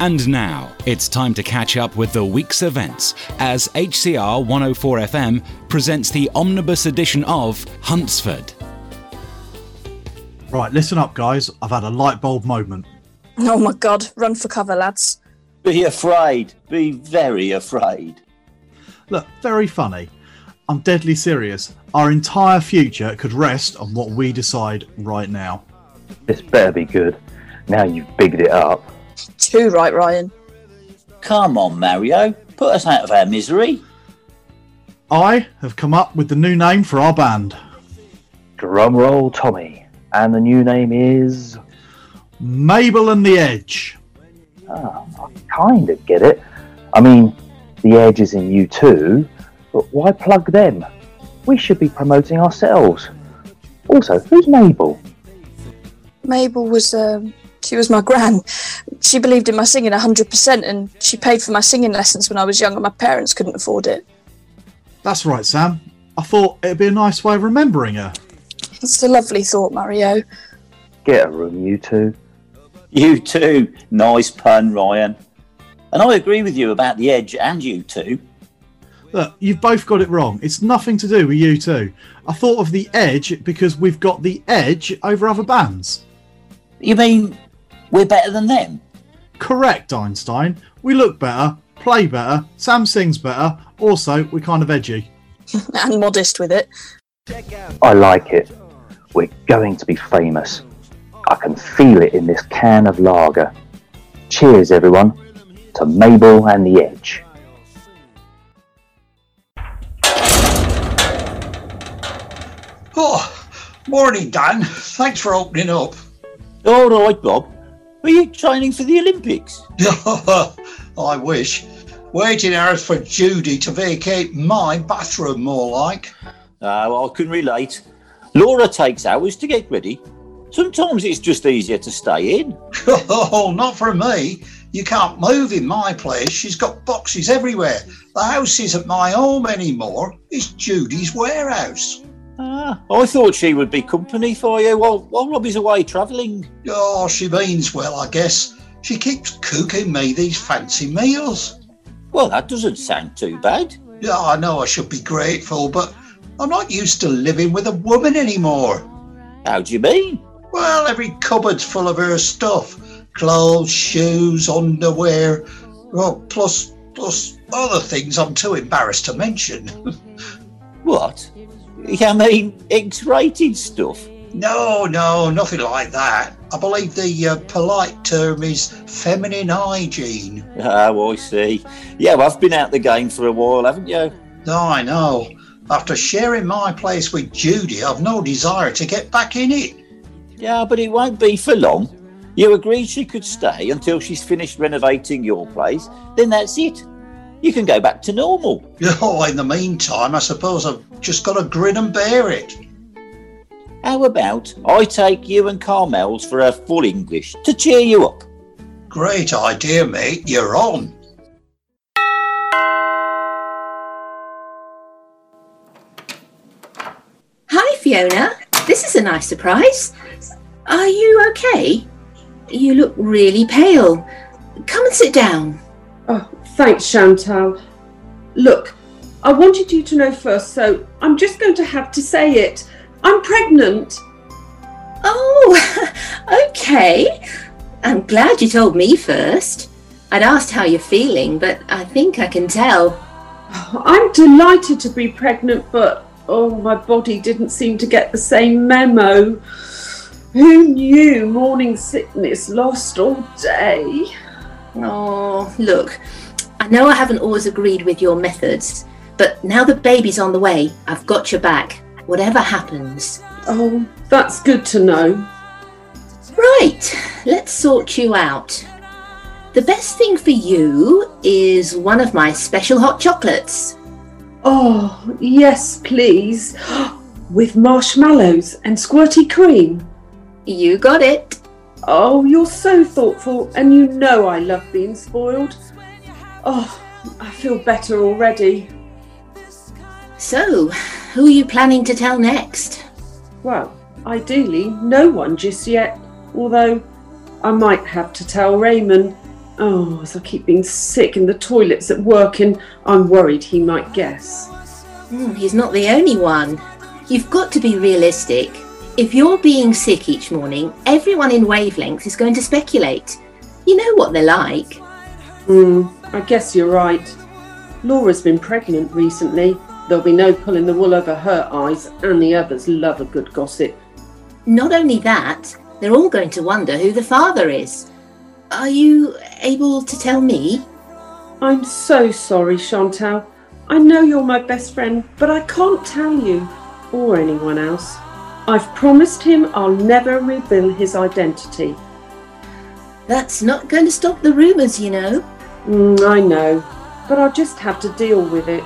And now it's time to catch up with the week's events as HCR 104 FM presents the omnibus edition of Huntsford. Right, listen up, guys. I've had a light bulb moment. Oh my god, run for cover, lads. Be afraid. Be very afraid. Look, very funny. I'm deadly serious. Our entire future could rest on what we decide right now. This better be good. Now you've bigged it up. Too right, Ryan. Come on, Mario. Put us out of our misery. I have come up with the new name for our band Drum roll, Tommy. And the new name is. Mabel and the Edge. Ah, I kind of get it. I mean, the edge is in you too, but why plug them? We should be promoting ourselves. Also, who's Mabel? Mabel was, um, she was my gran. She believed in my singing 100% and she paid for my singing lessons when I was young and my parents couldn't afford it. That's right, Sam. I thought it'd be a nice way of remembering her. It's a lovely thought, Mario. Get a room, you two. You too. Nice pun, Ryan. And I agree with you about the edge and you too. Look, you've both got it wrong. It's nothing to do with you two. I thought of the Edge because we've got the edge over other bands. You mean we're better than them? Correct, Einstein. We look better, play better, Sam sings better. Also, we're kind of edgy. And modest with it. I like it. We're going to be famous. I can feel it in this can of lager. Cheers, everyone, to Mabel and the Edge. Oh, morning, Dan. Thanks for opening up. All right, Bob. Are you training for the Olympics? I wish. Waiting hours for Judy to vacate my bathroom, more like. Ah, well, I can relate. Laura takes hours to get ready. Sometimes it's just easier to stay in. Oh, not for me. You can't move in my place. She's got boxes everywhere. The house isn't my home anymore. It's Judy's warehouse. Ah, I thought she would be company for you while, while Robbie's away travelling. Oh, she means well, I guess. She keeps cooking me these fancy meals. Well, that doesn't sound too bad. Yeah, I know I should be grateful, but I'm not used to living with a woman anymore. How do you mean? Well, every cupboard's full of her stuff clothes, shoes, underwear, well, plus, plus other things I'm too embarrassed to mention. What? I mean, X rated stuff. no, no, nothing like that. I believe the uh, polite term is feminine hygiene. Oh, I see. Yeah, well, I've been out the game for a while, haven't you? No, I know. After sharing my place with Judy, I've no desire to get back in it. Yeah, but it won't be for long. You agreed she could stay until she's finished renovating your place, then that's it. You can go back to normal. Oh, in the meantime, I suppose I've just got to grin and bear it. How about I take you and Carmel's for a full English to cheer you up? Great idea, mate. You're on. Hi, Fiona. This is a nice surprise. Are you okay? You look really pale. Come and sit down. Oh, thanks, Chantal. Look, I wanted you to know first, so I'm just going to have to say it. I'm pregnant. Oh, okay. I'm glad you told me first. I'd asked how you're feeling, but I think I can tell. I'm delighted to be pregnant, but oh, my body didn't seem to get the same memo. Who knew morning sickness lost all day? Oh, look, I know I haven't always agreed with your methods, but now the baby's on the way, I've got your back, whatever happens. Oh, that's good to know. Right, let's sort you out. The best thing for you is one of my special hot chocolates. Oh, yes, please. With marshmallows and squirty cream. You got it. Oh, you're so thoughtful, and you know I love being spoiled. Oh, I feel better already. So, who are you planning to tell next? Well, ideally, no one just yet, although I might have to tell Raymond. Oh, as I keep being sick in the toilets at work, and I'm worried he might guess. Hmm, he's not the only one. You've got to be realistic. If you're being sick each morning, everyone in wavelength is going to speculate. You know what they're like. Hmm, I guess you're right. Laura's been pregnant recently. There'll be no pulling the wool over her eyes, and the others love a good gossip. Not only that, they're all going to wonder who the father is. Are you able to tell me? I'm so sorry, Chantal. I know you're my best friend, but I can't tell you or anyone else. I've promised him I'll never reveal his identity. That's not going to stop the rumours, you know. Mm, I know, but I'll just have to deal with it.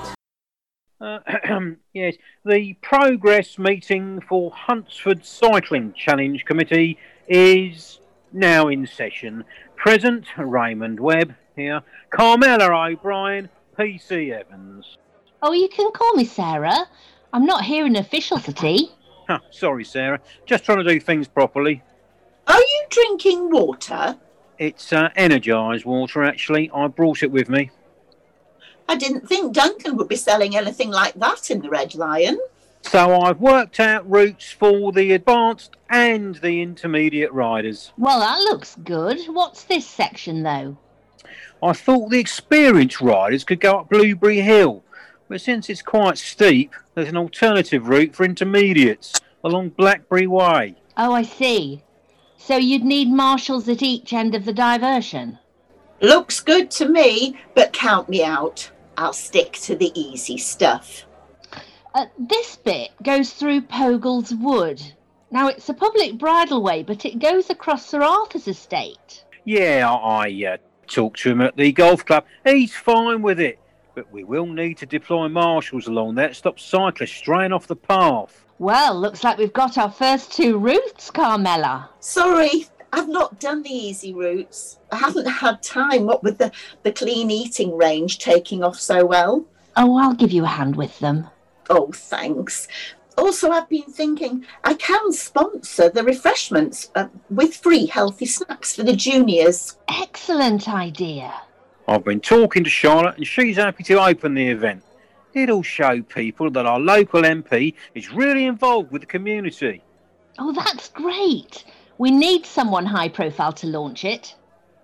Uh, yes, the progress meeting for Huntsford Cycling Challenge Committee is now in session. Present Raymond Webb here, Carmella O'Brien, PC Evans. Oh, you can call me Sarah. I'm not here in officiality. Huh, sorry, Sarah, just trying to do things properly. Are you drinking water? It's uh, energised water, actually. I brought it with me. I didn't think Duncan would be selling anything like that in the Red Lion. So I've worked out routes for the advanced and the intermediate riders. Well, that looks good. What's this section, though? I thought the experienced riders could go up Blueberry Hill, but since it's quite steep, there's an alternative route for intermediates along Blackberry Way. Oh, I see. So you'd need marshals at each end of the diversion. Looks good to me, but count me out. I'll stick to the easy stuff. Uh, this bit goes through Pogle's Wood. Now, it's a public bridleway, but it goes across Sir Arthur's estate. Yeah, I uh, talked to him at the golf club. He's fine with it, but we will need to deploy marshals along there to stop cyclists straying off the path. Well, looks like we've got our first two routes, Carmella. Sorry, I've not done the easy routes. I haven't had time, what with the, the clean eating range taking off so well. Oh, I'll give you a hand with them. Oh, thanks. Also, I've been thinking I can sponsor the refreshments uh, with free healthy snacks for the juniors. Excellent idea. I've been talking to Charlotte, and she's happy to open the event. It'll show people that our local MP is really involved with the community. Oh, that's great. We need someone high profile to launch it.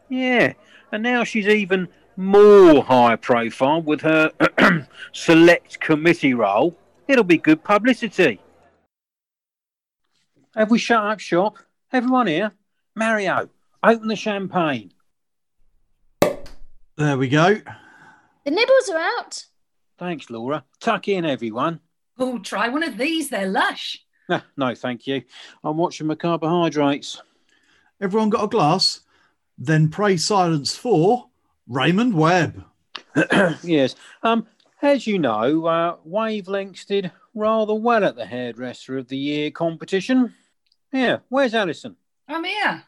Yeah, and now she's even more high profile with her select committee role. It'll be good publicity. Have we shut up shop? Everyone here? Mario, open the champagne. There we go. The nibbles are out. Thanks, Laura. Tuck in, everyone. Oh, try one of these. They're lush. No, no thank you. I'm watching my carbohydrates. Everyone got a glass? Then pray silence for Raymond Webb. yes. Um, as you know, uh, Wavelengths did rather well at the Hairdresser of the Year competition. Yeah, where's Alison? I'm here.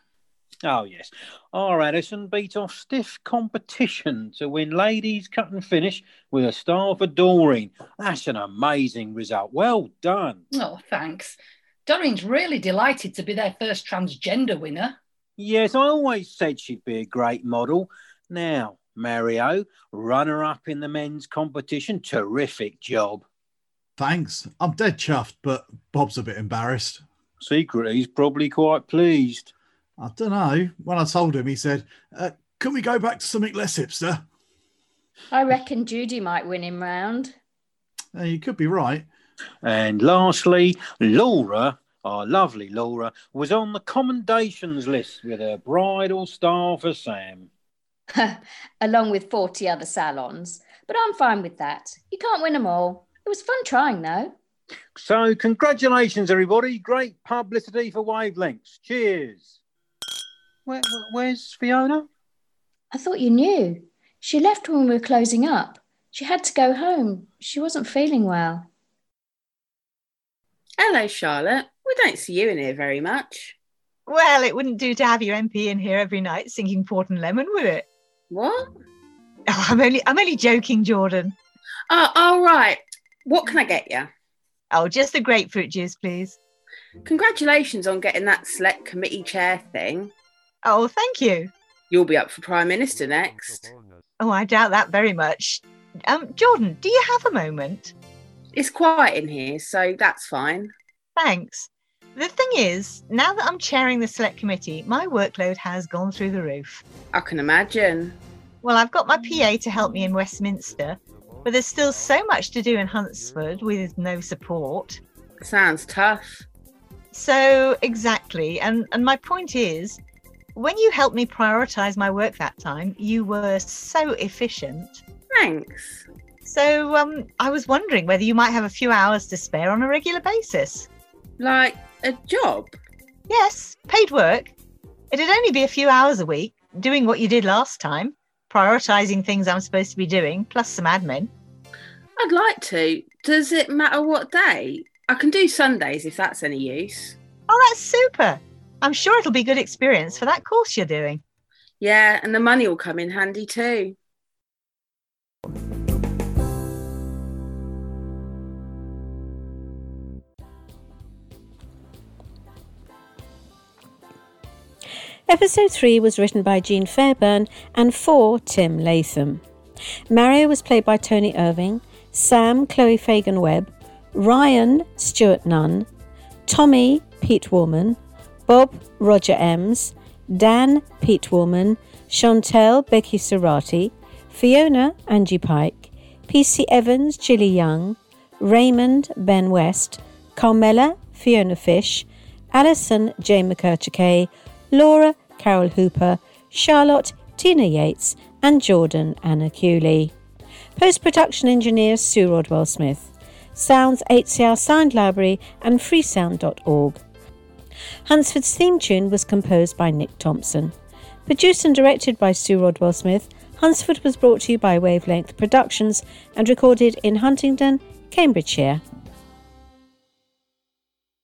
Oh, yes. Our Alison beat off stiff competition to win ladies' cut and finish with a star for Doreen. That's an amazing result. Well done. Oh, thanks. Doreen's really delighted to be their first transgender winner. Yes, I always said she'd be a great model. Now, Mario, runner up in the men's competition. Terrific job. Thanks. I'm dead chuffed, but Bob's a bit embarrassed. Secretly, he's probably quite pleased. I don't know. When I told him, he said, uh, "Can we go back to something less hipster?" I reckon Judy might win him round. Uh, you could be right. And lastly, Laura, our lovely Laura, was on the commendations list with her bridal star for Sam. Along with 40 other salons. But I'm fine with that. You can't win them all. It was fun trying, though. So, congratulations, everybody. Great publicity for Wavelengths. Cheers. Where, where- where's Fiona? I thought you knew. She left when we were closing up. She had to go home. She wasn't feeling well. Hello, Charlotte. We don't see you in here very much. Well, it wouldn't do to have your MP in here every night singing Port and Lemon, would it? What? Oh, I'm only I'm only joking, Jordan. Oh, all right. What can I get you? Oh, just the grapefruit juice, please. Congratulations on getting that select committee chair thing. Oh, thank you. You'll be up for Prime Minister next. Oh, I doubt that very much. Um, Jordan, do you have a moment? It's quiet in here, so that's fine. Thanks. The thing is, now that I'm chairing the select committee, my workload has gone through the roof. I can imagine. Well, I've got my PA to help me in Westminster, but there's still so much to do in Huntsford with no support. Sounds tough. So, exactly. And, and my point is, when you helped me prioritise my work that time, you were so efficient. Thanks. So, um, I was wondering whether you might have a few hours to spare on a regular basis. Like a job? Yes, paid work. It'd only be a few hours a week doing what you did last time, prioritising things I'm supposed to be doing, plus some admin. I'd like to. Does it matter what day? I can do Sundays if that's any use. Oh, that's super. I'm sure it'll be good experience for that course you're doing. Yeah, and the money will come in handy too. Episode 3 was written by Jean Fairburn and for Tim Latham. Mario was played by Tony Irving, Sam, Chloe Fagan Webb, Ryan, Stuart Nunn, Tommy, Pete Warman, Bob, Roger Ems, Dan, Pete Warman, Chantel, Becky Serrati, Fiona, Angie Pike, PC Evans, Jilly Young, Raymond, Ben West, Carmela, Fiona Fish, Alison, Jay McKerchakay, Laura, Carol Hooper, Charlotte, Tina Yates, and Jordan, Anna Cooley. Post production engineer Sue Rodwell Smith. Sounds 8CR Sound Library and freesound.org. Huntsford's theme tune was composed by Nick Thompson. Produced and directed by Sue Rodwell Smith, Huntsford was brought to you by Wavelength Productions and recorded in Huntingdon, Cambridgeshire.